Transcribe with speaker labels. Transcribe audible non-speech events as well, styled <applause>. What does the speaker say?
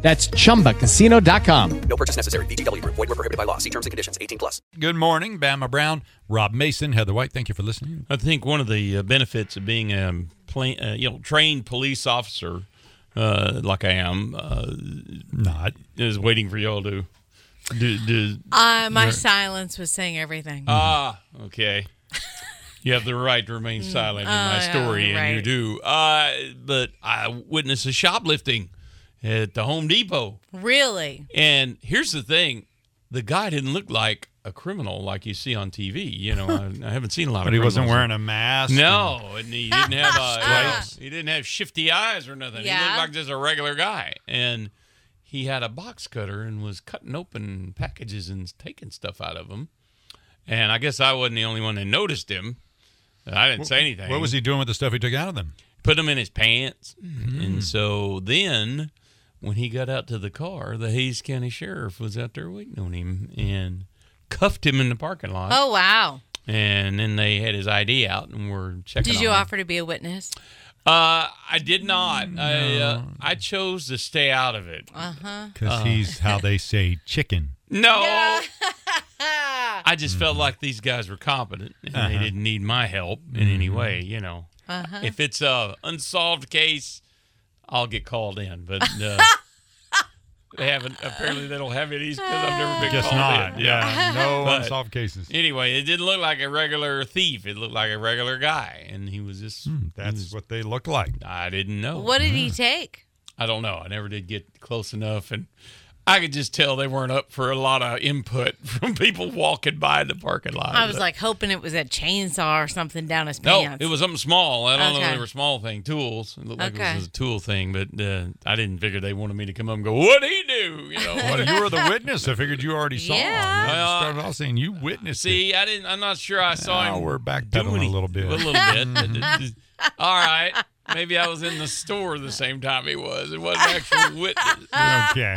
Speaker 1: That's chumbacasino.com.
Speaker 2: No purchase necessary. VGW Group. Void were prohibited by law. See terms and conditions. 18 plus.
Speaker 3: Good morning, Bama Brown, Rob Mason, Heather White. Thank you for listening.
Speaker 4: I think one of the uh, benefits of being a um, plain, uh, you know trained police officer, uh, like I am, uh,
Speaker 3: Not.
Speaker 4: is waiting for y'all to. Do, do,
Speaker 5: Uh, my silence was saying everything.
Speaker 4: ah, okay. You have the right to remain silent in my
Speaker 5: Mm. Oh, yeah,
Speaker 4: story, and you
Speaker 5: right.
Speaker 4: do. Uh, but I witnessed a shoplifting at the Home Depot,
Speaker 5: really?
Speaker 4: and here's the thing: the guy didn't look like a criminal like you see on TV. You know, I, I haven't seen a lot
Speaker 3: But
Speaker 4: of.
Speaker 3: he wasn't
Speaker 4: criminals.
Speaker 3: wearing a mask.
Speaker 4: No, and he didn't have
Speaker 5: <laughs>
Speaker 4: uh,
Speaker 3: Stripes.
Speaker 4: he didn't have shifty eyes or nothing. He
Speaker 5: Yeah.
Speaker 4: looked like just a regular guy, and he had a box cutter and was cutting open packages and taking stuff out of them. And I guess I wasn't the only one that noticed him. I didn't say anything.
Speaker 3: And what was he doing with the stuff he took out of them?
Speaker 4: Put them in his pants,
Speaker 3: Mm-hmm.
Speaker 4: and so then when he got out to the car, the Hayes County Sheriff was out there waiting on him and cuffed him in the parking lot.
Speaker 5: Oh wow!
Speaker 4: And then they had his ID out and were checking.
Speaker 5: Did you
Speaker 4: on him.
Speaker 5: offer to be a witness?
Speaker 4: Uh, I did not. I uh, I chose to stay out of it.
Speaker 3: Because <laughs> he's how they say chicken.
Speaker 4: No. I just felt like these guys were competent and
Speaker 3: Uh-huh.
Speaker 4: they didn't need my help in
Speaker 3: Mm-hmm.
Speaker 4: any way. You know, if it's a unsolved case, I'll get called in. But uh, they haven't. Apparently, they don't have any because I've never been
Speaker 3: Just
Speaker 4: called
Speaker 3: not.
Speaker 4: in.
Speaker 3: Yeah. <laughs> No
Speaker 4: But-
Speaker 3: unsolved cases.
Speaker 4: Anyway, it didn't look like a regular thief. It looked like a regular guy, and he was just.
Speaker 3: That's what they look like.
Speaker 4: I didn't know.
Speaker 5: What did he take?
Speaker 4: I don't know. I never did get close enough, and I could just tell they weren't up for a lot of input <laughs> from people walking by in the parking lot.
Speaker 5: I was like hoping it was a chainsaw or something down his
Speaker 4: no,
Speaker 5: pants.
Speaker 4: it was something small. I don't know.
Speaker 5: Okay.
Speaker 4: They were small thing tools. It looked like it
Speaker 5: Okay.
Speaker 4: was a tool thing, but uh, I didn't figure they wanted me to come up and go, "What would he do?" You know.
Speaker 3: Well,
Speaker 5: <laughs>
Speaker 4: What
Speaker 3: you were the witness. I figured you already saw him.
Speaker 5: Yeah.
Speaker 3: You
Speaker 4: Well,
Speaker 3: started off saying you witnessed it.
Speaker 4: See, I didn't. I'm not sure I saw
Speaker 3: Now
Speaker 4: him.
Speaker 3: we're backpedaling
Speaker 4: doing
Speaker 3: a little bit.
Speaker 4: A little bit.
Speaker 5: <laughs>
Speaker 4: It just- All right. Maybe I was in the store the same time he was. It wasn't actually witness.
Speaker 3: <laughs> Okay.